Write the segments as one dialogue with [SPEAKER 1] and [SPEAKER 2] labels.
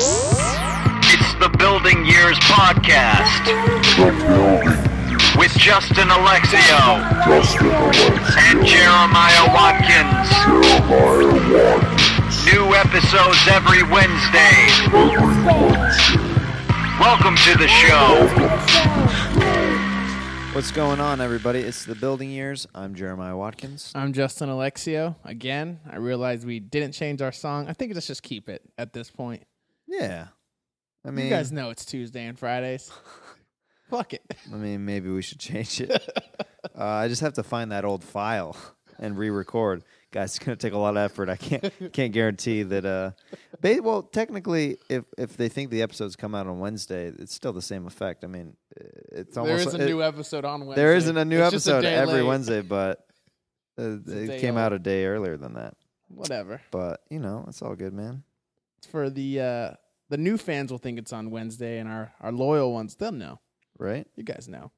[SPEAKER 1] It's the Building Years Podcast
[SPEAKER 2] The building,
[SPEAKER 1] with Justin Alexio
[SPEAKER 2] Justin Alexio,
[SPEAKER 1] and Jeremiah Watkins.
[SPEAKER 2] Jeremiah
[SPEAKER 1] New episodes every Wednesday. Welcome to the show.
[SPEAKER 3] What's going on, everybody? It's the building years. I'm Jeremiah Watkins.
[SPEAKER 4] I'm Justin Alexio. Again, I realize we didn't change our song. I think let's just keep it at this point.
[SPEAKER 3] Yeah, I mean,
[SPEAKER 4] You guys know it's Tuesday and Fridays. Fuck it.
[SPEAKER 3] I mean, maybe we should change it. uh, I just have to find that old file and re-record. Guys, it's gonna take a lot of effort. I can't can't guarantee that. Uh, ba- well, technically, if if they think the episodes come out on Wednesday, it's still the same effect. I mean, uh, it's
[SPEAKER 4] There
[SPEAKER 3] almost
[SPEAKER 4] is a
[SPEAKER 3] it-
[SPEAKER 4] new episode on Wednesday.
[SPEAKER 3] there isn't a new
[SPEAKER 4] It's just a
[SPEAKER 3] episode
[SPEAKER 4] day
[SPEAKER 3] every
[SPEAKER 4] late.
[SPEAKER 3] Wednesday, but uh,
[SPEAKER 4] day
[SPEAKER 3] it came
[SPEAKER 4] old.
[SPEAKER 3] out a day earlier than that.
[SPEAKER 4] Whatever.
[SPEAKER 3] But you know, it's all good, man.
[SPEAKER 4] It's for the uh, the new fans will think it's on Wednesday, and our our loyal ones they'll know.
[SPEAKER 3] Right?
[SPEAKER 4] You guys know.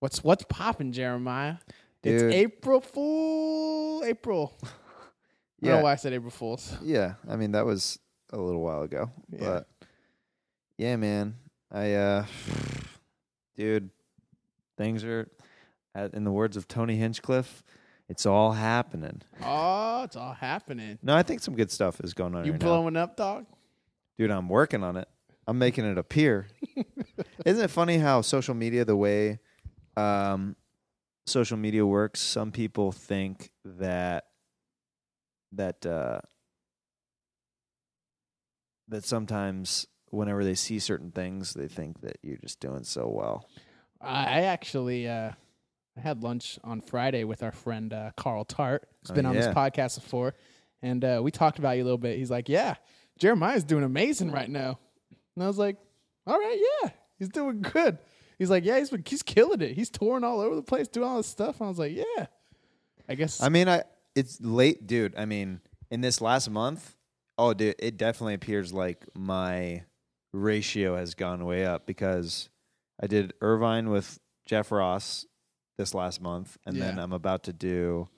[SPEAKER 4] What's what's popping, Jeremiah?
[SPEAKER 3] Dude.
[SPEAKER 4] It's April Fool. April. I don't know why I said April Fools.
[SPEAKER 3] Yeah, I mean that was a little while ago,
[SPEAKER 4] Yeah.
[SPEAKER 3] but yeah, man, I uh, dude, things are, uh, in the words of Tony Hinchcliffe, it's all happening.
[SPEAKER 4] Oh, it's all happening.
[SPEAKER 3] No, I think some good stuff is going on
[SPEAKER 4] You
[SPEAKER 3] right now,
[SPEAKER 4] blowing up, dog?
[SPEAKER 3] dude. I'm working on it. I'm making it appear. Isn't it funny how social media, the way um, social media works, some people think that that uh, that sometimes whenever they see certain things, they think that you're just doing so well.
[SPEAKER 4] I I actually uh, I had lunch on Friday with our friend uh, Carl Tart. He's
[SPEAKER 3] Oh,
[SPEAKER 4] been on this
[SPEAKER 3] yeah.
[SPEAKER 4] podcast before, and uh, we talked about you a little bit. He's like, "Yeah, Jeremiah's doing amazing right now," and I was like, "All right, yeah, he's doing good." He's like, "Yeah, he's been, he's killing it. He's touring all over the place, doing all this stuff." And I was like, "Yeah, I guess."
[SPEAKER 3] I mean, I it's late, dude. I mean, in this last month, oh, dude, it definitely appears like my ratio has gone way up because I did Irvine with Jeff Ross this last month, and then
[SPEAKER 4] Yeah.
[SPEAKER 3] I'm about to do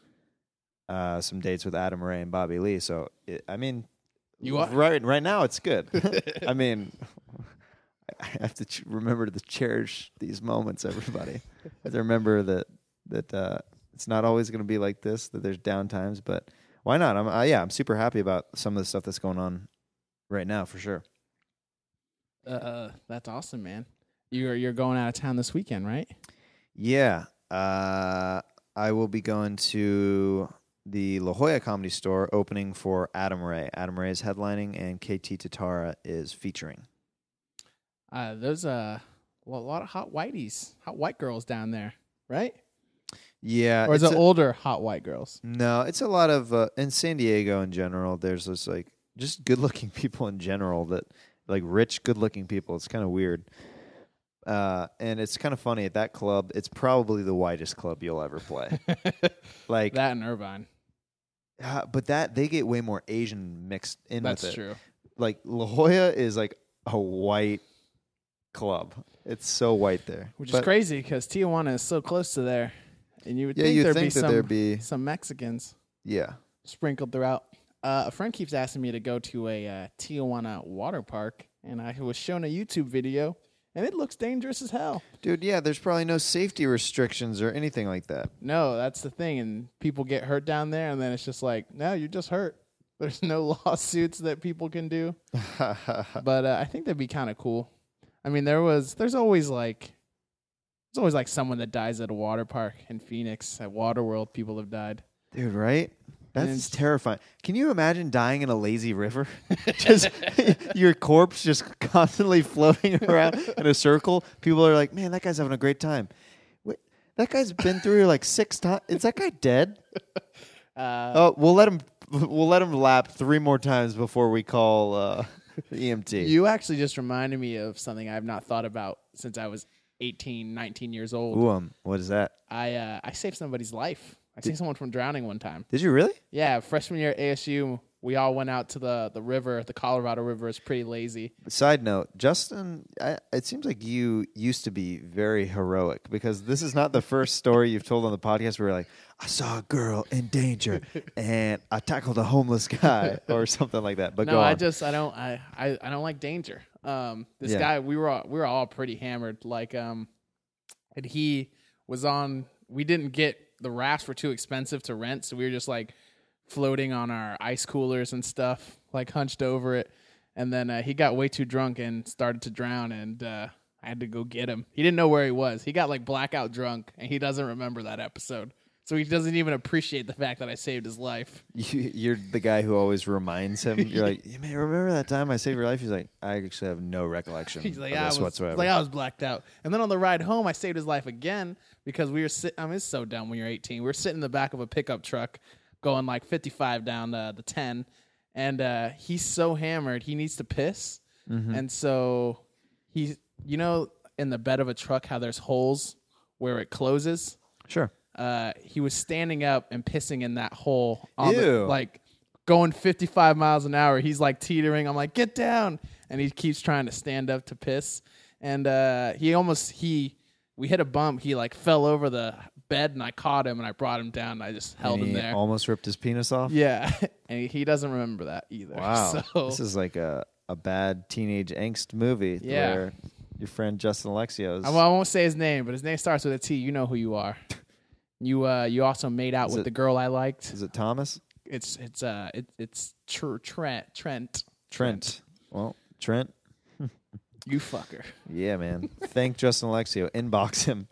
[SPEAKER 3] uh, some dates with Adam Ray and Bobby Lee. So, it, I mean,
[SPEAKER 4] You are-
[SPEAKER 3] right right now. It's good. I mean. I have to ch- remember to cherish these moments, everybody. I have to remember that that uh, it's not always going to be like this. That there's down times, but why not? I'm uh, yeah, I'm super happy about some of the stuff that's going on right now for sure.
[SPEAKER 4] uh, that's awesome, man. You're you're going out of town this weekend, right?
[SPEAKER 3] Yeah, uh, I will be going to the La Jolla Comedy Store opening for Adam Ray. Adam Ray is headlining, and KT Tatara is featuring.
[SPEAKER 4] Uh, there's uh, a lot of hot whiteys, hot white girls down there, right?
[SPEAKER 3] Yeah,
[SPEAKER 4] or is
[SPEAKER 3] Uh, it's
[SPEAKER 4] it
[SPEAKER 3] a-
[SPEAKER 4] older hot white girls?
[SPEAKER 3] No, it's a lot of uh, in San Diego in general. There's this like just good-looking people in general that like rich, good-looking people. It's kind of weird, uh, and it's kind of funny at that club. It's probably the whitest club you'll ever play. like,
[SPEAKER 4] that and Irvine.
[SPEAKER 3] uh, but that they get way more Asian mixed in
[SPEAKER 4] That's
[SPEAKER 3] with it.
[SPEAKER 4] true.
[SPEAKER 3] Like La Jolla is like a white club. It's so white there,
[SPEAKER 4] Which
[SPEAKER 3] But-
[SPEAKER 4] is crazy because Tijuana is so close to there, and you would
[SPEAKER 3] Yeah,
[SPEAKER 4] think
[SPEAKER 3] you'd
[SPEAKER 4] there'd
[SPEAKER 3] think
[SPEAKER 4] be
[SPEAKER 3] that
[SPEAKER 4] some
[SPEAKER 3] there'd be-
[SPEAKER 4] some Mexicans
[SPEAKER 3] Yeah,
[SPEAKER 4] sprinkled throughout. Uh, a friend keeps asking me to go to a uh, Tijuana water park, and I was shown a YouTube video, and it looks dangerous as hell.
[SPEAKER 3] dude. Yeah, there's probably no safety restrictions or anything like that.
[SPEAKER 4] No, that's the thing, and people get hurt down there, and then it's just like, no, you're just hurt. There's no lawsuits that people can do. but uh, I think that'd be kind of cool. I mean, there was there's always like there's always like someone that dies at a water park in Phoenix at Waterworld. People have died.
[SPEAKER 3] Dude, right? That's
[SPEAKER 4] it's-
[SPEAKER 3] terrifying. Can you imagine dying in a lazy river? just your corpse just constantly floating around in a circle. People are like, "Man, that guy's having a great time." Wait, that guy's been through like six times. Is that guy dead?
[SPEAKER 4] Uh,
[SPEAKER 3] oh, we'll let him. We'll let him lap three more times before we call uh, the EMT.
[SPEAKER 4] You actually just reminded me of something I've not thought about since I was 18, 19 years old.
[SPEAKER 3] Ooh, um, what is that?
[SPEAKER 4] I uh, I saved somebody's life. I saved someone from drowning one time.
[SPEAKER 3] Did you really?
[SPEAKER 4] Yeah, freshman year at ASU, we all went out to the the river. The Colorado River is pretty lazy.
[SPEAKER 3] Side note, Justin, I, it seems like you used to be very heroic because this is not the first story you've told on the podcast where you're like, I saw a girl in danger and I tackled a homeless guy or something like that. But
[SPEAKER 4] No,
[SPEAKER 3] go on.
[SPEAKER 4] I just I don't I, I I don't like danger. Um, this
[SPEAKER 3] Yeah.
[SPEAKER 4] guy we were all, we were all pretty hammered. Like um, and he was on. We didn't get the rafts were too expensive to rent, so we were just like floating on our ice coolers and stuff, like hunched over it. And then uh, he got way too drunk and started to drown, and uh, I had to go get him. He didn't know where he was. He got like blackout drunk, and he doesn't remember that episode. So he doesn't even appreciate the fact that I saved his life.
[SPEAKER 3] you, you're the guy who always reminds him. You're like, you may remember that time I saved your life. He's like, I actually have no recollection
[SPEAKER 4] He's like,
[SPEAKER 3] of
[SPEAKER 4] I
[SPEAKER 3] this
[SPEAKER 4] was,
[SPEAKER 3] whatsoever.
[SPEAKER 4] like I was blacked out. And then on the ride home, I saved his life again because we were sitting. I mean, it's so dumb when you're 18. We were sitting in the back of a pickup truck, going like 55 down uh, the 10, and uh, he's so hammered he needs to piss, and so he, you know, in the bed of a truck, how there's holes where it closes.
[SPEAKER 3] sure.
[SPEAKER 4] Uh, he was standing up and pissing in that hole. On The,
[SPEAKER 3] Ew.
[SPEAKER 4] like going 55 miles an hour. He's like teetering. I'm like, get down. And he keeps trying to stand up to piss. And uh, he almost, he, we hit a bump. He like fell over the bed and I caught him and I brought him down and I just held
[SPEAKER 3] And
[SPEAKER 4] him
[SPEAKER 3] he
[SPEAKER 4] there.
[SPEAKER 3] almost ripped his penis off.
[SPEAKER 4] yeah. and he doesn't remember that either.
[SPEAKER 3] Wow.
[SPEAKER 4] So,
[SPEAKER 3] This is like a, a bad teenage angst movie
[SPEAKER 4] Yeah.
[SPEAKER 3] where your friend Justin Alexio is.
[SPEAKER 4] I, well, I won't say his name, but his name starts with a T. You know who you are. You uh, you also made out with
[SPEAKER 3] it-
[SPEAKER 4] the girl I liked.
[SPEAKER 3] is it Thomas?
[SPEAKER 4] It's it's uh it, it's tr- Trent Trent
[SPEAKER 3] Trent. Well, Trent.
[SPEAKER 4] You fucker.
[SPEAKER 3] Yeah, man. Thank Justin Alexio. Inbox him.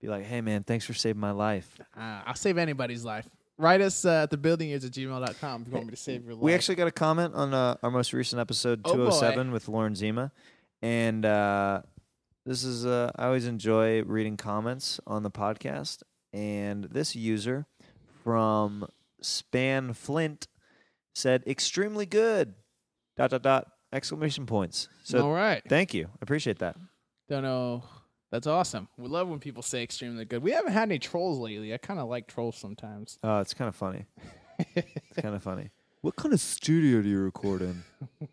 [SPEAKER 3] Be like, hey, man, thanks for saving my life.
[SPEAKER 4] Uh, I'll save anybody's life. Write us uh, at thebuildingyears at gmail.com if you want me to save your life.
[SPEAKER 3] We actually got a comment on uh, our most recent episode,
[SPEAKER 4] Oh, boy.
[SPEAKER 3] 207, with Lauren Zima. And uh, this is, uh, I always enjoy reading comments on the podcast. And this user from Span Flint said, extremely good. Dot, dot, dot. Exclamation points. So
[SPEAKER 4] All right.
[SPEAKER 3] thank you. I appreciate that.
[SPEAKER 4] Don't know. That's awesome. We love when people say extremely good. We haven't had any trolls lately. I kind of like trolls sometimes.
[SPEAKER 3] Oh, it's kind of funny. it's kind of funny. What kind of studio do you record in?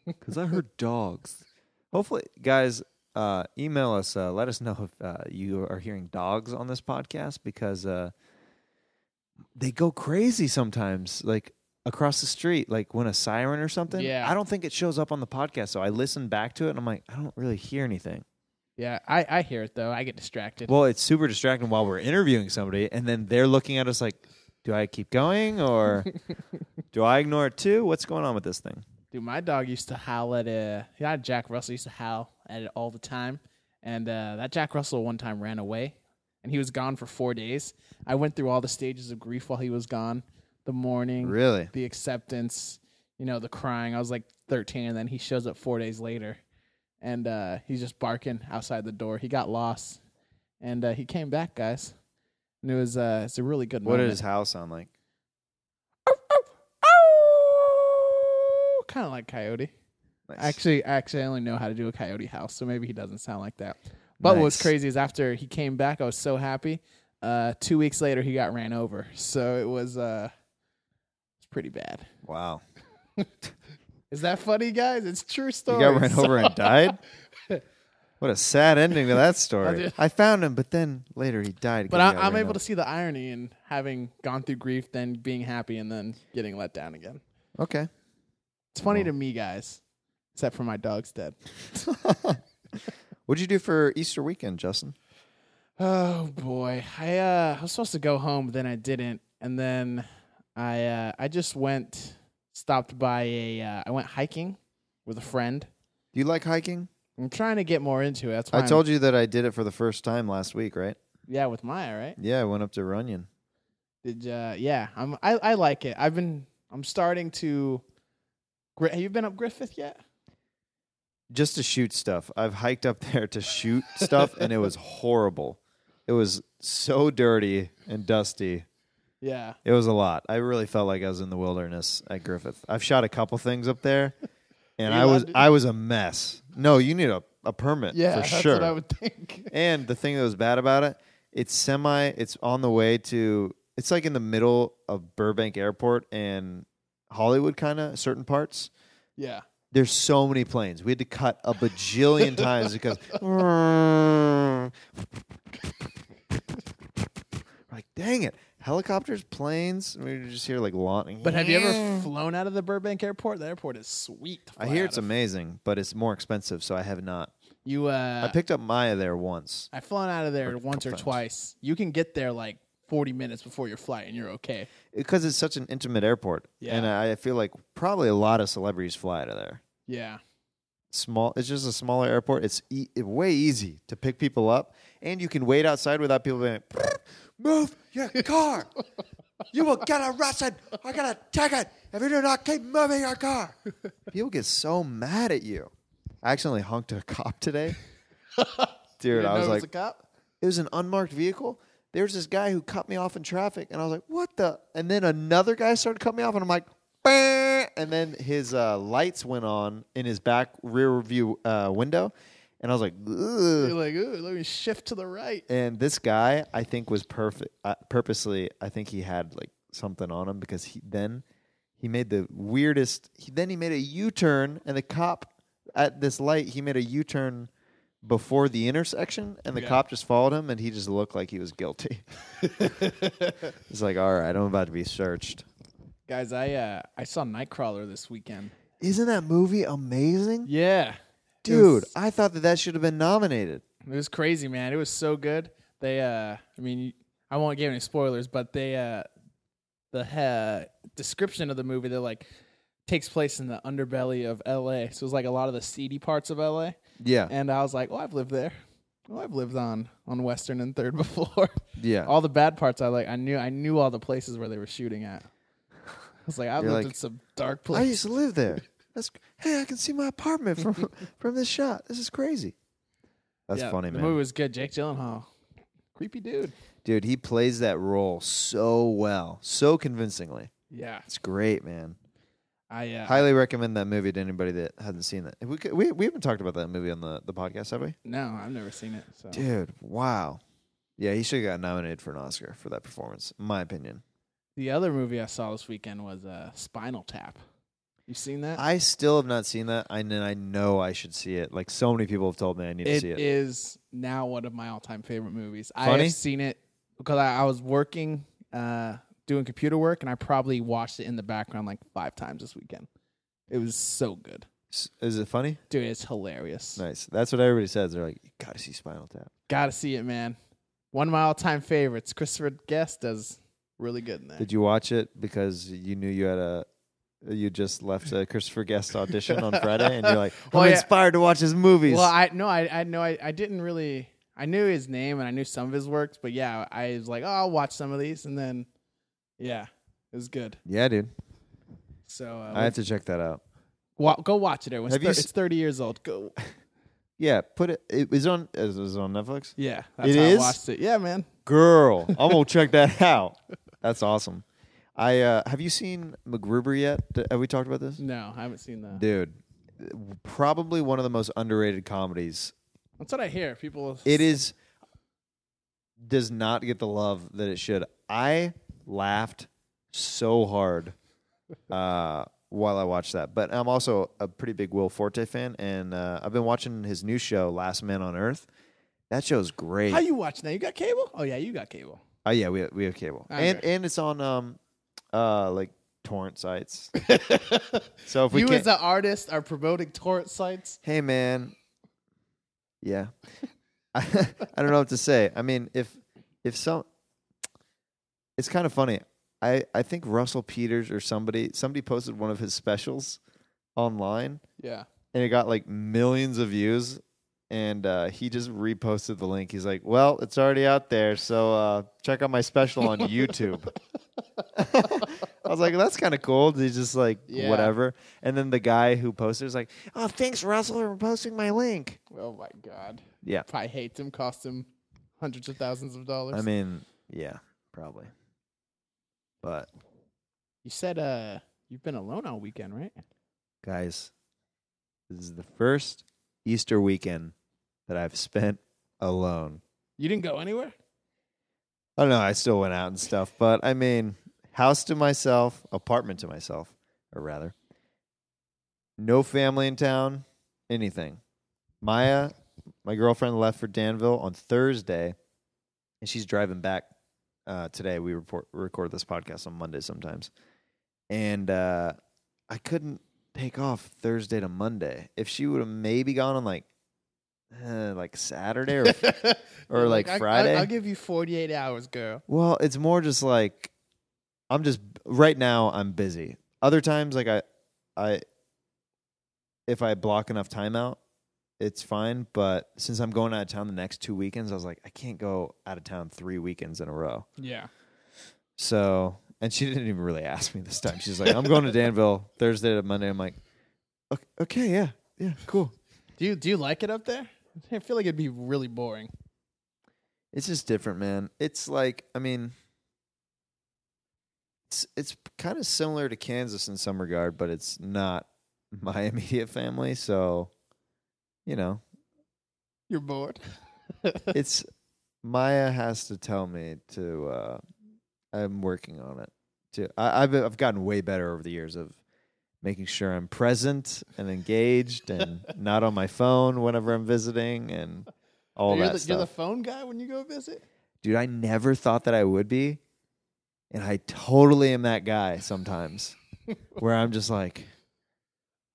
[SPEAKER 3] Because I heard dogs. Hopefully, guys, uh, email us. Uh, let us know if uh, you are hearing dogs on this podcast because uh, they go crazy sometimes, like across the street, like when a siren or something.
[SPEAKER 4] Yeah.
[SPEAKER 3] I don't think it shows up on the podcast. So I listen back to it and I'm like, I don't really hear anything.
[SPEAKER 4] Yeah, I, I hear it though. I get distracted.
[SPEAKER 3] Well, it's super distracting while we're interviewing somebody, and then they're looking at us like, "Do I keep going or do I ignore it too? What's going on with this thing?"
[SPEAKER 4] Dude, my dog used to howl at uh yeah, Jack Russell used to howl at it all the time. And uh, that Jack Russell one time ran away and he was gone for four days. I went through all the stages of grief while he was gone. The mourning,
[SPEAKER 3] Really?
[SPEAKER 4] the acceptance, you know, the crying. I was like 13 and then he shows up four days later and uh, he's just barking outside the door. He got lost and uh, he came back, guys. And it was uh, it's a really good
[SPEAKER 3] What
[SPEAKER 4] moment.
[SPEAKER 3] does howl sound like?
[SPEAKER 4] kind of like coyote.
[SPEAKER 3] Nice.
[SPEAKER 4] Actually, actually, I only know how to do a coyote house, so maybe he doesn't sound like that. But what was
[SPEAKER 3] Nice.
[SPEAKER 4] crazy is after he came back, I was so happy. Uh, two weeks later, he got ran over, so it was uh, it's pretty bad.
[SPEAKER 3] wow,
[SPEAKER 4] Is that funny, guys? It's true
[SPEAKER 3] he
[SPEAKER 4] story.
[SPEAKER 3] got ran
[SPEAKER 4] So-
[SPEAKER 3] over and died. What a sad ending to that story.
[SPEAKER 4] did-
[SPEAKER 3] I found him, but then later he died.
[SPEAKER 4] But I, I'm able to see the irony in having gone through grief, then being happy, and then getting let down again.
[SPEAKER 3] to. Okay.
[SPEAKER 4] It's funny to me, guys. Except for my dog's dead.
[SPEAKER 3] What'd you do for Easter weekend, Justin?
[SPEAKER 4] Oh boy, I uh, I was supposed to go home, but then I didn't, and then I uh, I just went stopped by a uh, I went hiking with a friend.
[SPEAKER 3] Do you like hiking?
[SPEAKER 4] I'm trying to get more into it. That's why
[SPEAKER 3] I told you that I did it for the first time last week, right?
[SPEAKER 4] yeah with Maya right.
[SPEAKER 3] Yeah, I went up to Runyon.
[SPEAKER 4] Did uh, yeah I'm I, I like it. I've been I'm starting to. Gri- Have you been up Griffith yet?
[SPEAKER 3] just to shoot stuff. I've hiked up there to shoot stuff, and it was horrible. It was so dirty and dusty.
[SPEAKER 4] Yeah,
[SPEAKER 3] It was a lot. I really felt like I was in the wilderness at Griffith. I've shot a couple things up there, and
[SPEAKER 4] You
[SPEAKER 3] I was
[SPEAKER 4] loved it?
[SPEAKER 3] I was a mess. No, you need a, a permit
[SPEAKER 4] yeah,
[SPEAKER 3] for
[SPEAKER 4] that's
[SPEAKER 3] sure.
[SPEAKER 4] what I would think.
[SPEAKER 3] And the thing that was bad about it, it's semi. It's on the way to. It's like in the middle of Burbank Airport and Hollywood, kind of certain parts.
[SPEAKER 4] Yeah.
[SPEAKER 3] There's so many planes. We had to cut a bajillion times because like, dang it, helicopters, planes. We were just here like launching.
[SPEAKER 4] But have you ever flown out of the Burbank airport? The airport is sweet. to
[SPEAKER 3] I
[SPEAKER 4] fly
[SPEAKER 3] hear
[SPEAKER 4] out
[SPEAKER 3] it's
[SPEAKER 4] of.
[SPEAKER 3] amazing, but it's more expensive, so I have not.
[SPEAKER 4] You uh
[SPEAKER 3] I picked up Maya there once.
[SPEAKER 4] I've flown out of there once or
[SPEAKER 3] times.
[SPEAKER 4] twice. You can get there like 40 minutes before your flight and you're okay.
[SPEAKER 3] because it's such an intimate airport,
[SPEAKER 4] Yeah.
[SPEAKER 3] and I I feel like probably a lot of celebrities fly out of there.
[SPEAKER 4] Yeah.
[SPEAKER 3] Small, it's just a smaller airport. It's e- way easy to pick people up, and you can wait outside without people being. Like, Move your car. you will get arrested. I got a ticket if you do not keep moving your car. People get so mad at you. I accidentally honked a cop today. Dude, I was like,
[SPEAKER 4] cop?
[SPEAKER 3] it was an unmarked vehicle. There was this guy who cut me off in traffic, and I was like, "What the?" And then another guy started cutting me off, and I'm like, "Bah!" and then his uh, lights went on in his back rear view uh, window, and I was like,
[SPEAKER 4] You're
[SPEAKER 3] Ugh.
[SPEAKER 4] like, ooh, let me shift to the right.
[SPEAKER 3] "And this guy, I think, was perfect. Uh, purposely, I think he had like something on him because he then he made the weirdest. He, then he made a U-turn, and the cop at this light, he made a U-turn." Before the intersection, and the
[SPEAKER 4] Yeah.
[SPEAKER 3] cop just followed him, and he just looked like he was guilty. It's like, all right, I'm about to be searched.
[SPEAKER 4] Guys, I uh I saw Nightcrawler this weekend.
[SPEAKER 3] Isn't that movie amazing?
[SPEAKER 4] Yeah.
[SPEAKER 3] Dude, I thought that that should have been nominated.
[SPEAKER 4] It was crazy, man. It was so good. They, uh, I mean, I won't give any spoilers, but they, uh, the uh, description of the movie, they're like, takes place in the underbelly of LA. So it was like a lot of the seedy parts of LA.
[SPEAKER 3] Yeah.
[SPEAKER 4] And I was like, oh, I've lived there. Oh, I've lived on, on Western and Third before.
[SPEAKER 3] yeah.
[SPEAKER 4] all the bad parts, I like, I knew, I knew all the places where they were shooting at. I was like, I've
[SPEAKER 3] You're
[SPEAKER 4] lived
[SPEAKER 3] like,
[SPEAKER 4] in some dark
[SPEAKER 3] I
[SPEAKER 4] places.
[SPEAKER 3] used to live there. That's hey, I can see my apartment from from this shot. This is crazy. That's
[SPEAKER 4] Yeah,
[SPEAKER 3] funny,
[SPEAKER 4] the
[SPEAKER 3] man.
[SPEAKER 4] movie was good. Jake Gyllenhaal, creepy dude.
[SPEAKER 3] Dude, he plays that role so well, so convincingly.
[SPEAKER 4] Yeah,
[SPEAKER 3] It's great, man.
[SPEAKER 4] I uh,
[SPEAKER 3] Highly recommend that movie to anybody that hasn't seen it. We could, we we haven't talked about that movie on the, the podcast, have we?
[SPEAKER 4] no, I've never seen it. So.
[SPEAKER 3] Dude, wow. Yeah, he should have got nominated for an Oscar for that performance, in my opinion.
[SPEAKER 4] The other movie I saw this weekend was uh, Spinal Tap. You seen that?
[SPEAKER 3] I still have not seen that, and then I know I should see it. Like so many people have told me I need to
[SPEAKER 4] it
[SPEAKER 3] see it.
[SPEAKER 4] is now one of my all-time favorite movies. I
[SPEAKER 3] Funny?
[SPEAKER 4] have seen it because I, I was working, uh, doing computer work, and I probably watched it in the background like five times this weekend. It was so good,
[SPEAKER 3] S- Is it funny?
[SPEAKER 4] dude. It's hilarious.
[SPEAKER 3] Nice. That's what everybody says. They're like, you gotta see Spinal Tap.
[SPEAKER 4] Gotta see it, man. One of my all-time favorites. Christopher Guest does really good in that.
[SPEAKER 3] Did you watch it because you knew you had a you just left a Christopher Guest audition on Friday, and you're like, I'm
[SPEAKER 4] Well, yeah.
[SPEAKER 3] inspired to watch his movies.
[SPEAKER 4] Well, I no, I I know I, I didn't really I knew his name and I knew some of his works, but yeah, I was like, oh, I'll watch some of these, and then yeah, it was good.
[SPEAKER 3] yeah, dude,
[SPEAKER 4] So uh,
[SPEAKER 3] I have to check that out.
[SPEAKER 4] wa- go watch it. Everyone. It's,
[SPEAKER 3] Have you
[SPEAKER 4] thir-
[SPEAKER 3] s-
[SPEAKER 4] it's thirty years old. Go.
[SPEAKER 3] Yeah, put it. It was on. Is it on Netflix?
[SPEAKER 4] Yeah, that's
[SPEAKER 3] It
[SPEAKER 4] how
[SPEAKER 3] is?
[SPEAKER 4] I watched it. Yeah, man.
[SPEAKER 3] Girl, I'm gonna check that out. That's awesome. I uh, have you seen MacGruber yet? D- Have we talked about this?
[SPEAKER 4] No, I haven't seen that.
[SPEAKER 3] dude probably one of the most underrated comedies
[SPEAKER 4] That's what I hear. People.
[SPEAKER 3] it is does not get the love that it should i laughed so hard uh, while i watched that but i'm also a pretty big will forte fan and uh, i've been watching his new show last man on earth that show's great
[SPEAKER 4] How you watch now? You got cable? Oh yeah, you got cable.
[SPEAKER 3] oh yeah we have, we have cable
[SPEAKER 4] Okay.
[SPEAKER 3] and and it's on um uh like torrent sites so if we
[SPEAKER 4] you
[SPEAKER 3] can't,
[SPEAKER 4] as an artist are promoting torrent sites.
[SPEAKER 3] hey man yeah I, I don't know what to say i mean if if some it's kind of funny i i think russell peters or somebody somebody posted one of his specials online
[SPEAKER 4] Yeah.
[SPEAKER 3] and it got like millions of views and uh, he just reposted the link he's like well it's already out there so uh, check out my special on youtube i was like that's kind of cool he's just like
[SPEAKER 4] Yeah.
[SPEAKER 3] whatever and then the guy who posted was like oh thanks russell for posting my link
[SPEAKER 4] Oh my god.
[SPEAKER 3] yeah
[SPEAKER 4] Probably hates him. Cost him hundreds of thousands of dollars.
[SPEAKER 3] i mean yeah probably but
[SPEAKER 4] You said uh you've been alone all weekend, right?
[SPEAKER 3] guys this is the first easter weekend that i've spent alone
[SPEAKER 4] You didn't go anywhere?
[SPEAKER 3] Oh, I don't know. I still went out and stuff, but I mean, house to myself, apartment to myself. or rather, no family in town, anything. Maya, my girlfriend, left for Danville on Thursday, and she's driving back uh, today. We report, record this podcast on Monday sometimes, and uh, I couldn't take off Thursday to Monday. If she would have maybe gone on like uh, like Saturday or or like
[SPEAKER 4] I- I-
[SPEAKER 3] Friday.
[SPEAKER 4] I'll give you 48 hours, girl.
[SPEAKER 3] Well, it's more just like I'm just right now I'm busy. Other times like I I if I block enough time out, it's fine, but since I'm going out of town the next two weekends, I was like I can't go out of town 3 weekends in a row.
[SPEAKER 4] Yeah.
[SPEAKER 3] So, and she didn't even really ask me this time. She's like I'm going to Danville Thursday to Monday. I'm like "Ok- okay, yeah. Yeah, cool.
[SPEAKER 4] Do you do you like it up there? I feel like it'd be really boring.
[SPEAKER 3] It's just different, man. It's like, I mean, it's it's kind of similar to Kansas in some regard, but it's not my immediate family, so you know,
[SPEAKER 4] You're bored.
[SPEAKER 3] it's Maya has to tell me to. Uh, I'm working on it too. I, I've I've gotten way better over the years of making sure I'm present and engaged and not on my phone whenever I'm visiting and all
[SPEAKER 4] you're,
[SPEAKER 3] that
[SPEAKER 4] the,
[SPEAKER 3] stuff.
[SPEAKER 4] you're the phone guy when you go visit.
[SPEAKER 3] dude, I never thought that I would be. And I totally am that guy sometimes where I'm just like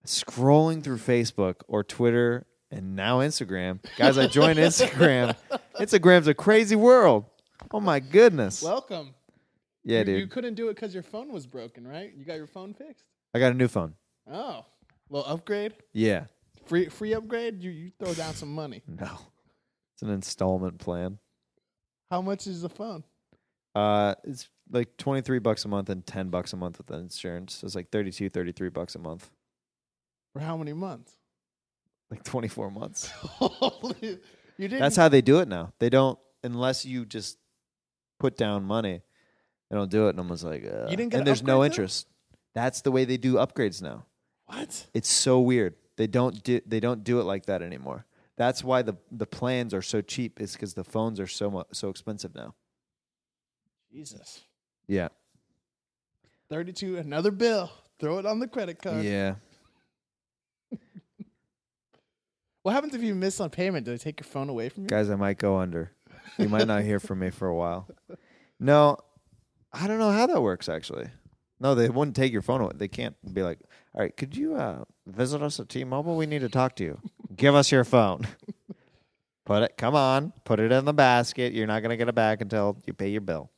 [SPEAKER 3] scrolling through Facebook or Twitter and now Instagram. Guys, I joined Instagram. Instagram's a crazy world. Oh my goodness.
[SPEAKER 4] Welcome.
[SPEAKER 3] yeah,
[SPEAKER 4] you,
[SPEAKER 3] dude.
[SPEAKER 4] You couldn't do it because your phone was broken, right? You got your phone fixed.
[SPEAKER 3] I got a new phone.
[SPEAKER 4] Oh, little upgrade,
[SPEAKER 3] Yeah.
[SPEAKER 4] free free upgrade. You you throw down some money.
[SPEAKER 3] No. It's an installment plan.
[SPEAKER 4] How much is the phone?
[SPEAKER 3] Uh, it's like 23 bucks a month and 10 bucks a month with the insurance. So it's like 32, 33 bucks a month.
[SPEAKER 4] For how many months?
[SPEAKER 3] Like 24 months.
[SPEAKER 4] Holy, you didn't.
[SPEAKER 3] That's how they do it now. They don't unless you just put down money. They don't do it, and I'm just like, uh,
[SPEAKER 4] You didn't
[SPEAKER 3] and
[SPEAKER 4] get an
[SPEAKER 3] there's no
[SPEAKER 4] upgrade, though?
[SPEAKER 3] interest. That's the way they do upgrades now.
[SPEAKER 4] what?
[SPEAKER 3] It's so weird. They don't do they don't do it like that anymore. That's why the the plans are so cheap. Is because the phones are so mu- so expensive now.
[SPEAKER 4] Jesus.
[SPEAKER 3] Yeah,
[SPEAKER 4] Thirty-two. Another bill. Throw it on the credit card.
[SPEAKER 3] yeah.
[SPEAKER 4] What happens if you miss on payment? Do they take your phone away from you?
[SPEAKER 3] Guys, I might go under. You might not hear from me for a while. No, I don't know how that works actually. No, they wouldn't take your phone away. They can't be like, all right, could you uh, visit us at T Mobile? We need to talk to you. Give us your phone. Put it, come on, put it in the basket. You're not going to get it back until you pay your bill.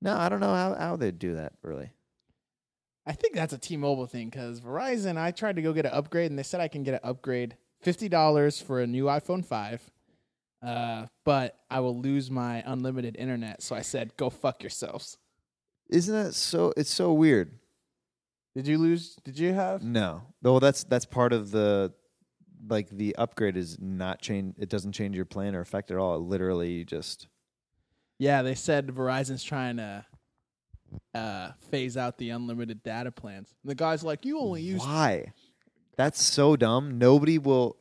[SPEAKER 3] No, I don't know how, how they'd do that really.
[SPEAKER 4] I think that's a T-Mobile thing because Verizon. I tried to go get an upgrade, and they said I can get an upgrade fifty dollars for a new iPhone five, uh, but I will lose my unlimited internet. So I said, "Go fuck yourselves."
[SPEAKER 3] Isn't that so? It's so weird.
[SPEAKER 4] Did you lose? Did you have?
[SPEAKER 3] No. Well, that's that's part of the like the upgrade is not change. It doesn't change your plan or affect at all. It literally you just
[SPEAKER 4] Yeah, they said Verizon's trying to uh, phase out the unlimited data plans. And the guy's like, "You only use."
[SPEAKER 3] why? That's so dumb. Nobody will.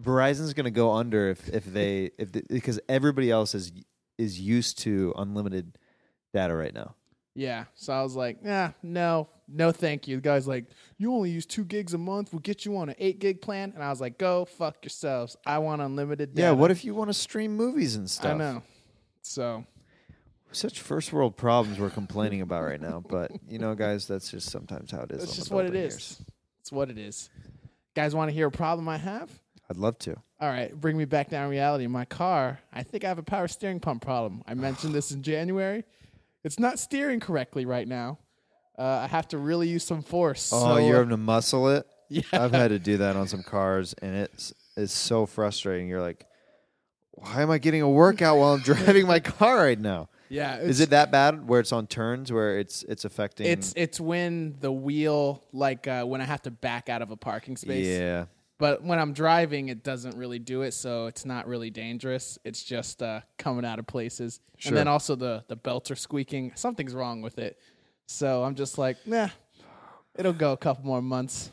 [SPEAKER 3] Verizon's gonna go under if if they if the, because everybody else is is used to unlimited data right now.
[SPEAKER 4] Yeah. So I was like, nah, no, no, thank you. The guy's like, you only use two gigs a month. We'll get you on an eight gig plan. And I was like, go fuck yourselves. I want unlimited.
[SPEAKER 3] Yeah.
[SPEAKER 4] data.
[SPEAKER 3] what if you want to stream movies and stuff?
[SPEAKER 4] I know. So
[SPEAKER 3] Such first world problems we're complaining about right now, but you know, guys, that's just sometimes how it is.
[SPEAKER 4] that's
[SPEAKER 3] on
[SPEAKER 4] just what
[SPEAKER 3] adult
[SPEAKER 4] it is.
[SPEAKER 3] behaviors.
[SPEAKER 4] It's what it is. Guys, want to hear a problem I have?
[SPEAKER 3] I'd love to.
[SPEAKER 4] All right, bring me back down to reality. My car, I think I have a power steering pump problem. I mentioned this in January. It's not steering correctly right now. Uh, I have to really use some force.
[SPEAKER 3] Oh, Uh,
[SPEAKER 4] so,
[SPEAKER 3] you're
[SPEAKER 4] uh,
[SPEAKER 3] having to muscle it.
[SPEAKER 4] Yeah.
[SPEAKER 3] I've had to do that on some cars, and it's it's so frustrating. You're like, why am I getting a workout while I'm driving my car right now?
[SPEAKER 4] yeah.
[SPEAKER 3] Is it that bad where it's on turns where it's it's affecting?
[SPEAKER 4] It's it's when the wheel like uh, when I have to back out of a parking space.
[SPEAKER 3] yeah.
[SPEAKER 4] But when I'm driving, it doesn't really do it, so it's not really dangerous. It's just uh, coming out of places,
[SPEAKER 3] Sure.
[SPEAKER 4] and then also the the belts are squeaking. Something's wrong with it. So I'm just like, nah, it'll go a couple more months.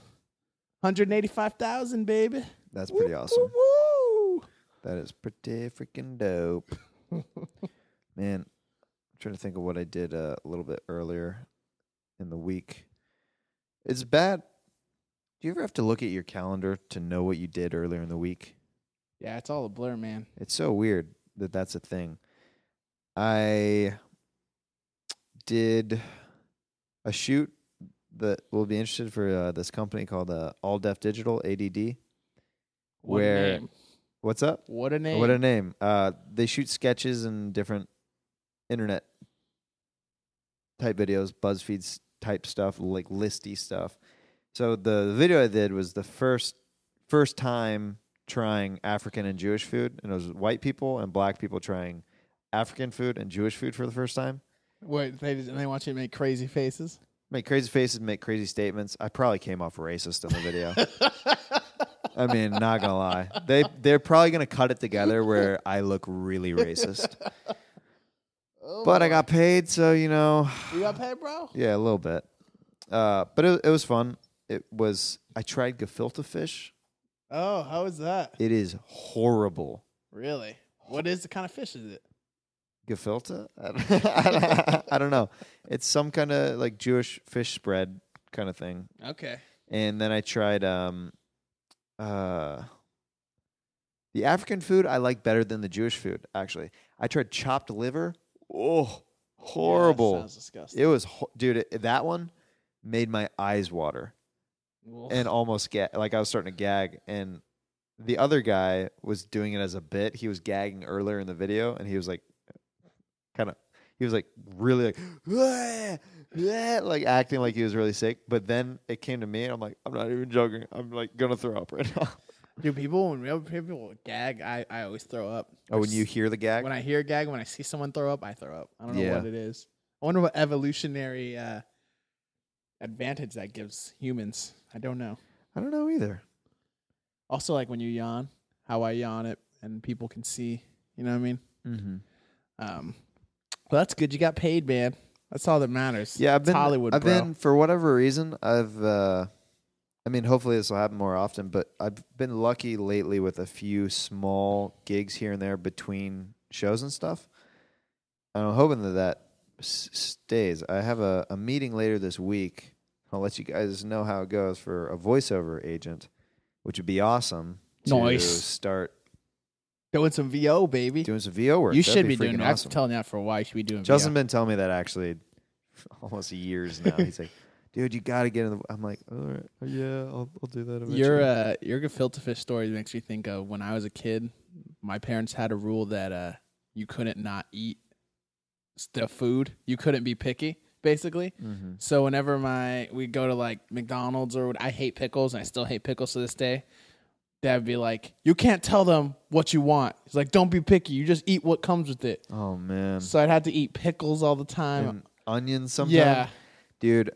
[SPEAKER 4] Hundred eighty five thousand, baby.
[SPEAKER 3] That's pretty awesome.
[SPEAKER 4] Woo!
[SPEAKER 3] That is pretty freaking dope, man. I'm trying to think of what I did uh, a little bit earlier in the week. It's bad. Do you ever have to look at your calendar to know what you did earlier in the week?
[SPEAKER 4] Yeah, it's all a blur, man.
[SPEAKER 3] It's so weird that that's a thing. I did a shoot that will be interested for uh, this company called uh, All Deaf Digital ADD.
[SPEAKER 4] What
[SPEAKER 3] Where-
[SPEAKER 4] a name.
[SPEAKER 3] What's up?
[SPEAKER 4] What a name.
[SPEAKER 3] What a name! Uh, they shoot sketches and different internet type videos, BuzzFeed's type stuff, like listy stuff. So the video I did was the first first time trying African and Jewish food, and it was white people and black people trying African food and Jewish food for the first time.
[SPEAKER 4] Wait, they just, and they want you to make crazy faces.
[SPEAKER 3] Make crazy faces, make crazy statements. I probably came off racist in the video. I mean, not gonna lie, they they're probably gonna cut it together where I look really racist.
[SPEAKER 4] Oh
[SPEAKER 3] But I
[SPEAKER 4] boy.
[SPEAKER 3] got paid, so you know,
[SPEAKER 4] you got paid, bro.
[SPEAKER 3] yeah, a little bit. Uh, but it, it was fun. It was. I tried gefilte fish.
[SPEAKER 4] Oh, how is that?
[SPEAKER 3] It is horrible.
[SPEAKER 4] Really? What is the kind of fish is it?
[SPEAKER 3] Gefilte? I don't, I don't know. It's some kind of like Jewish fish spread kind of thing.
[SPEAKER 4] Okay.
[SPEAKER 3] And then I tried um, uh, the African food. I like better than the Jewish food. Actually, I tried chopped liver. Oh, horrible!
[SPEAKER 4] sounds disgusting.
[SPEAKER 3] It was, ho- dude. It, that one made my eyes water
[SPEAKER 4] Well,
[SPEAKER 3] and almost ga- like I was starting to gag. And the other guy was doing it as a bit. He was gagging earlier in the video, and he was like, kind of, he was like really like, "Ah, ah," like acting like he was really sick. But then it came to me, and I'm like, I'm not even joking. I'm like gonna throw up right now.
[SPEAKER 4] do people when real people gag? I, I always throw up.
[SPEAKER 3] Oh, when you hear the gag,
[SPEAKER 4] when I hear gag, when I see someone throw up, I throw up. I don't know
[SPEAKER 3] Yeah.
[SPEAKER 4] what it is. I wonder what evolutionary uh, advantage that gives humans. I don't know.
[SPEAKER 3] I don't know either.
[SPEAKER 4] Also, like when you yawn, how I yawn it, and people can see. You know what I mean?
[SPEAKER 3] Mm-hmm.
[SPEAKER 4] Um, well, that's good. You got paid, man. That's all that matters.
[SPEAKER 3] Yeah, I've
[SPEAKER 4] It's
[SPEAKER 3] been
[SPEAKER 4] Hollywood,
[SPEAKER 3] I've
[SPEAKER 4] bro.
[SPEAKER 3] been for whatever reason, I've uh I mean, hopefully this will happen more often, but I've been lucky lately with a few small gigs here and there between shows and stuff. And I'm hoping that that s- stays. I have a, a meeting later this week. I'll let you guys know how it goes for a voiceover agent, which would be awesome to
[SPEAKER 4] Nice.
[SPEAKER 3] start
[SPEAKER 4] doing some VO, baby.
[SPEAKER 3] doing some VO work.
[SPEAKER 4] you
[SPEAKER 3] That'd
[SPEAKER 4] should be, doing.
[SPEAKER 3] freaking
[SPEAKER 4] I've
[SPEAKER 3] awesome.
[SPEAKER 4] been telling you that for a while. You should be doing.
[SPEAKER 3] Justin's
[SPEAKER 4] VO.
[SPEAKER 3] been telling me that actually for almost years now. He's like, dude, you got to get in the. I'm like, all right, oh, yeah, I'll, I'll do that eventually.
[SPEAKER 4] Your uh, your gefilte fish story makes me think of when I was a kid. My parents had a rule that uh, you couldn't not eat the food. You couldn't be picky, basically.
[SPEAKER 3] Mm-hmm.
[SPEAKER 4] So whenever my we go to like McDonald's or what, I hate pickles and I still hate pickles to this day. Dad would be like, "You can't tell them what you want." He's like, "Don't be picky. You just eat what comes with it."
[SPEAKER 3] oh man,
[SPEAKER 4] So I'd have to eat pickles all the time.
[SPEAKER 3] and onions sometimes.
[SPEAKER 4] yeah,
[SPEAKER 3] dude,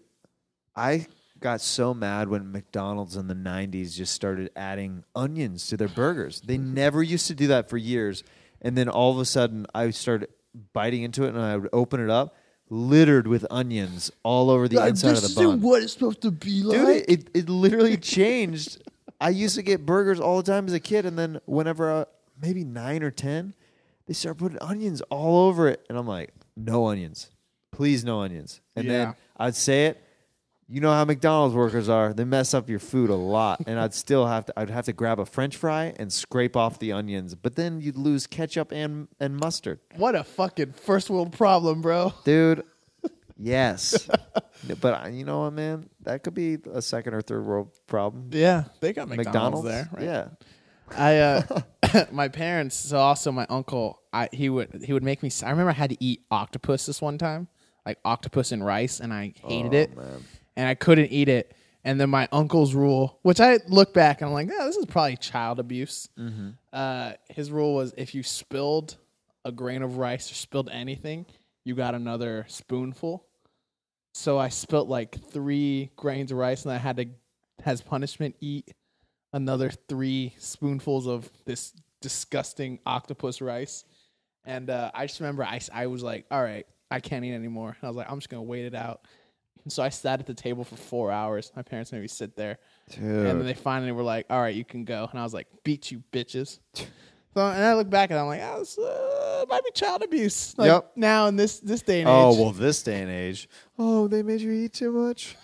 [SPEAKER 3] I got so mad when McDonald's in the '90s just started adding onions to their burgers. They never used to do that for years, and then all of a sudden, I started biting into it, and I would open it up. Littered with onions all over the inside of the bun.
[SPEAKER 4] what it's supposed to be like.
[SPEAKER 3] Dude, it, it, it literally changed. I used to get burgers all the time as a kid, and then whenever I, maybe nine or ten, they start putting onions all over it, and I'm like, no onions, please, no onions. And
[SPEAKER 4] Yeah.
[SPEAKER 3] then I'd say it. You know how McDonald's workers are; they mess up your food a lot, and I'd still have to. I'd have to grab a French fry and scrape off the onions, but then you'd lose ketchup and and mustard,
[SPEAKER 4] What a fucking first world problem, bro.
[SPEAKER 3] dude. Yes, but I- you know what, man? That could be a second or third world problem.
[SPEAKER 4] Yeah, they got McDonald's,
[SPEAKER 3] McDonald's,
[SPEAKER 4] there. Right?
[SPEAKER 3] Yeah.
[SPEAKER 4] I uh, my parents, so also my uncle, I he would he would make me. s- I remember I had to eat octopus this one time, like octopus and rice, and I hated it, and I couldn't eat it. And then my uncle's rule, which I look back and I'm like, yeah, this is probably child abuse. Uh, his rule was if you spilled a grain of rice or spilled anything, you got another spoonful. So I spilt like three grains of rice, and I had to, as punishment, eat another three spoonfuls of this disgusting octopus rice. And uh, I just remember I, s- I was like, all right, I can't eat anymore. And I was like, I'm just going to wait it out. And so I sat at the table for four hours. My parents made me sit there. And then they finally were like, all right, you can go. And I was like, beat you bitches. So, and I look back and I'm like, oh, this uh, might be child abuse. Like,
[SPEAKER 3] Yep.
[SPEAKER 4] Now in this this day and age.
[SPEAKER 3] Oh well, this day and age. Oh, they made you eat too much.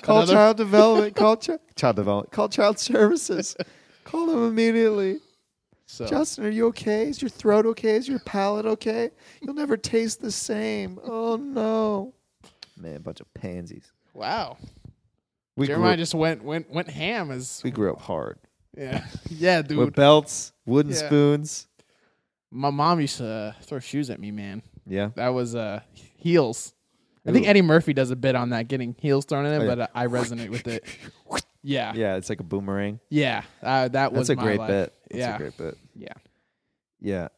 [SPEAKER 3] Call
[SPEAKER 4] Another-
[SPEAKER 3] child development. Call chi- child development. Call child services. Call them immediately.
[SPEAKER 4] So
[SPEAKER 3] Justin, are you okay? Is your throat okay? Is your palate okay? You'll never taste the same. Oh no. Man, bunch of pansies.
[SPEAKER 4] wow,
[SPEAKER 3] We grew,
[SPEAKER 4] Jeremiah
[SPEAKER 3] up,
[SPEAKER 4] just went went went ham as
[SPEAKER 3] we grew up hard.
[SPEAKER 4] yeah yeah dude.
[SPEAKER 3] With belts, wooden
[SPEAKER 4] Yeah.
[SPEAKER 3] spoons.
[SPEAKER 4] My mom used to uh, throw shoes at me, man.
[SPEAKER 3] Yeah.
[SPEAKER 4] That was uh heels. I think
[SPEAKER 3] Ooh.
[SPEAKER 4] Eddie Murphy does a bit on that, getting heels thrown at him,
[SPEAKER 3] Oh, yeah.
[SPEAKER 4] but uh, I resonate with it. Yeah, yeah,
[SPEAKER 3] Yeah, it's like a boomerang.
[SPEAKER 4] Uh, that
[SPEAKER 3] That's
[SPEAKER 4] was
[SPEAKER 3] a
[SPEAKER 4] my
[SPEAKER 3] great
[SPEAKER 4] life.
[SPEAKER 3] bit. That's
[SPEAKER 4] yeah,
[SPEAKER 3] a great bit.
[SPEAKER 4] yeah.
[SPEAKER 3] Yeah.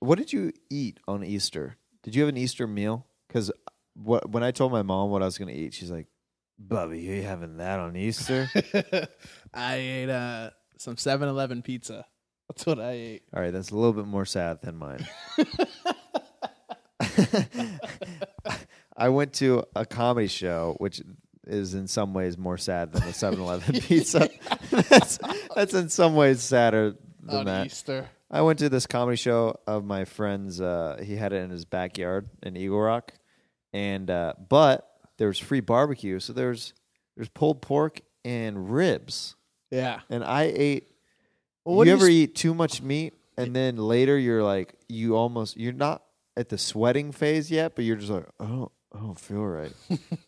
[SPEAKER 3] What did you eat on Easter? Did you have an Easter meal? Because what when I told my mom what I was going to eat, she's like, "Bubby, you having that on Easter?"
[SPEAKER 4] I ate uh, some 7 Eleven pizza. That's what I ate.
[SPEAKER 3] All right, that's a little bit more sad than mine. I went to a comedy show, which is in some ways more sad than the 7 Eleven pizza. that's, that's in some ways sadder than
[SPEAKER 4] on
[SPEAKER 3] that.
[SPEAKER 4] Easter.
[SPEAKER 3] I went to this comedy show of my friend's. Uh, he had it in his backyard in Eagle Rock, and uh, but there was free barbecue, so there's there's pulled pork and ribs,
[SPEAKER 4] Yeah.
[SPEAKER 3] and I ate.
[SPEAKER 4] what
[SPEAKER 3] you
[SPEAKER 4] do you
[SPEAKER 3] ever
[SPEAKER 4] s-
[SPEAKER 3] eat too much meat, and then later you're like you almost you're not at the sweating phase yet, but you're just like I don't I don't feel right.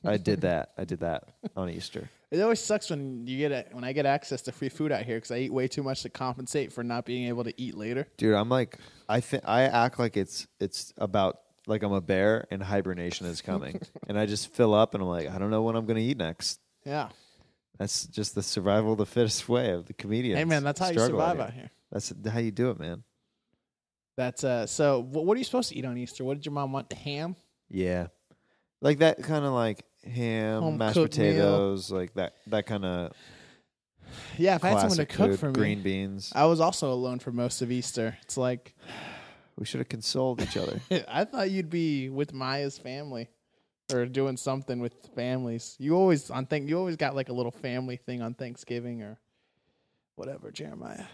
[SPEAKER 3] I did that. I did that on Easter.
[SPEAKER 4] It always sucks when you get a, when I get access to free food out here because I eat way too much to compensate for not being able to eat later.
[SPEAKER 3] Dude, I'm like, I think I act like it's it's about like I'm a bear and hibernation is coming, and I just fill up and I'm like, I don't know what I'm gonna eat next.
[SPEAKER 4] Yeah.
[SPEAKER 3] That's just the survival of the fittest way of the comedian.
[SPEAKER 4] hey man, that's how you survive out here.
[SPEAKER 3] That's how you do it, man.
[SPEAKER 4] That's uh. So what, what are you supposed to eat on Easter? What did your mom want? The ham?
[SPEAKER 3] Yeah, like that kind of like ham,
[SPEAKER 4] Home
[SPEAKER 3] mashed
[SPEAKER 4] cooked meal.
[SPEAKER 3] potatoes, like that that kind of
[SPEAKER 4] Yeah. If I had someone to
[SPEAKER 3] classic
[SPEAKER 4] cook
[SPEAKER 3] food,
[SPEAKER 4] for me,
[SPEAKER 3] green beans.
[SPEAKER 4] I was also alone for most of Easter. It's like
[SPEAKER 3] We should have consoled each other.
[SPEAKER 4] I thought you'd be with Maya's family or doing something with families. You always on thing. You always got like a little family thing on Thanksgiving or whatever, Jeremiah.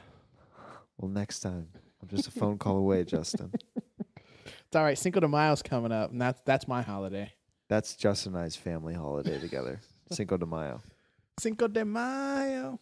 [SPEAKER 3] well, next time, I'm just a phone call away, Justin.
[SPEAKER 4] It's all right. Cinco de Mayo's coming up, and that's that's my holiday.
[SPEAKER 3] That's Justin and I's family holiday together, Cinco de Mayo.
[SPEAKER 4] Cinco de Mayo,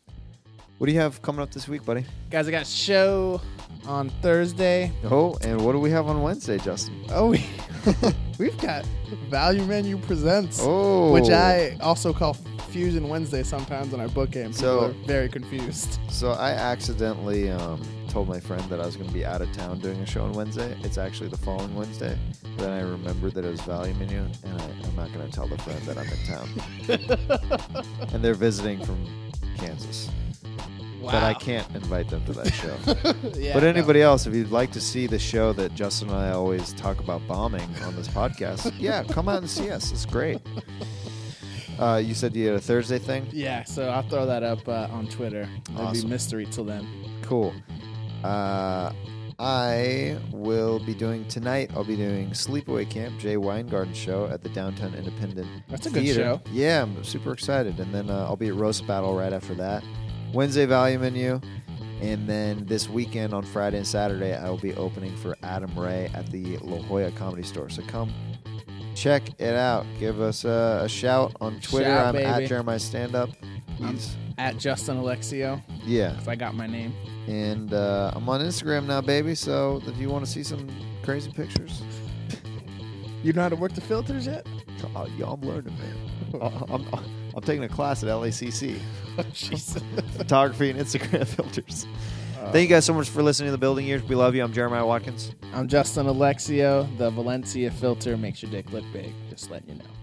[SPEAKER 3] What do you have coming up this week, buddy?
[SPEAKER 4] guys. I got a show on Thursday.
[SPEAKER 3] Oh, and what do we have on Wednesday, Justin?
[SPEAKER 4] Oh, we, we've got Value Menu Presents,
[SPEAKER 3] Oh,
[SPEAKER 4] which I also call Fusion Wednesday sometimes when I book it. and
[SPEAKER 3] So-
[SPEAKER 4] People are very confused.
[SPEAKER 3] so I accidentally um, told my friend that I was going to be out of town doing a show on Wednesday. It's actually the following Wednesday. Then I remembered that it was Value Menu, and I, I'm not going to tell the friend that I'm in town. and they're visiting from Kansas,
[SPEAKER 4] Wow.
[SPEAKER 3] but I can't invite them to that show.
[SPEAKER 4] Yeah,
[SPEAKER 3] But
[SPEAKER 4] no.
[SPEAKER 3] anybody else, if you'd like to see the show that Justin and I always talk about bombing on this podcast, yeah, come out and see us. It's great. Uh, you said you had a Thursday thing.
[SPEAKER 4] Yeah, so I'll throw that up uh, on Twitter. It'll be
[SPEAKER 3] Awesome.
[SPEAKER 4] mystery till then.
[SPEAKER 3] Cool. Uh, I will be doing tonight. I'll be doing Sleepaway Camp, Jay Weingarten show at the Downtown Independent.
[SPEAKER 4] That's a good
[SPEAKER 3] Theater.
[SPEAKER 4] show.
[SPEAKER 3] Yeah, I'm super excited. And then uh, I'll be at Roast Battle right after that. Wednesday Value Menu. And then this weekend on Friday and Saturday, I will be opening for Adam Ray at the La Jolla Comedy Store. So come check it out. Give us a, a shout on Twitter.
[SPEAKER 4] Shout,
[SPEAKER 3] I'm
[SPEAKER 4] baby.
[SPEAKER 3] at Jeremiah Stand Up. He's-
[SPEAKER 4] At Justin Alexio,
[SPEAKER 3] Yeah.
[SPEAKER 4] 'cause I got my name.
[SPEAKER 3] And uh, I'm on Instagram now, baby. So if you want to see some crazy pictures,
[SPEAKER 4] You know how to work the filters yet?
[SPEAKER 3] oh, y'all I'm learning, man. I- I'm, I'm taking a class at LACC,
[SPEAKER 4] Oh, Jesus.
[SPEAKER 3] photography and Instagram filters. Thank you guys so much for listening to the Building Years. We love you. I'm Jeremiah Watkins.
[SPEAKER 4] I'm Justin Alexio. The Valencia filter makes your dick look big. Just letting you know.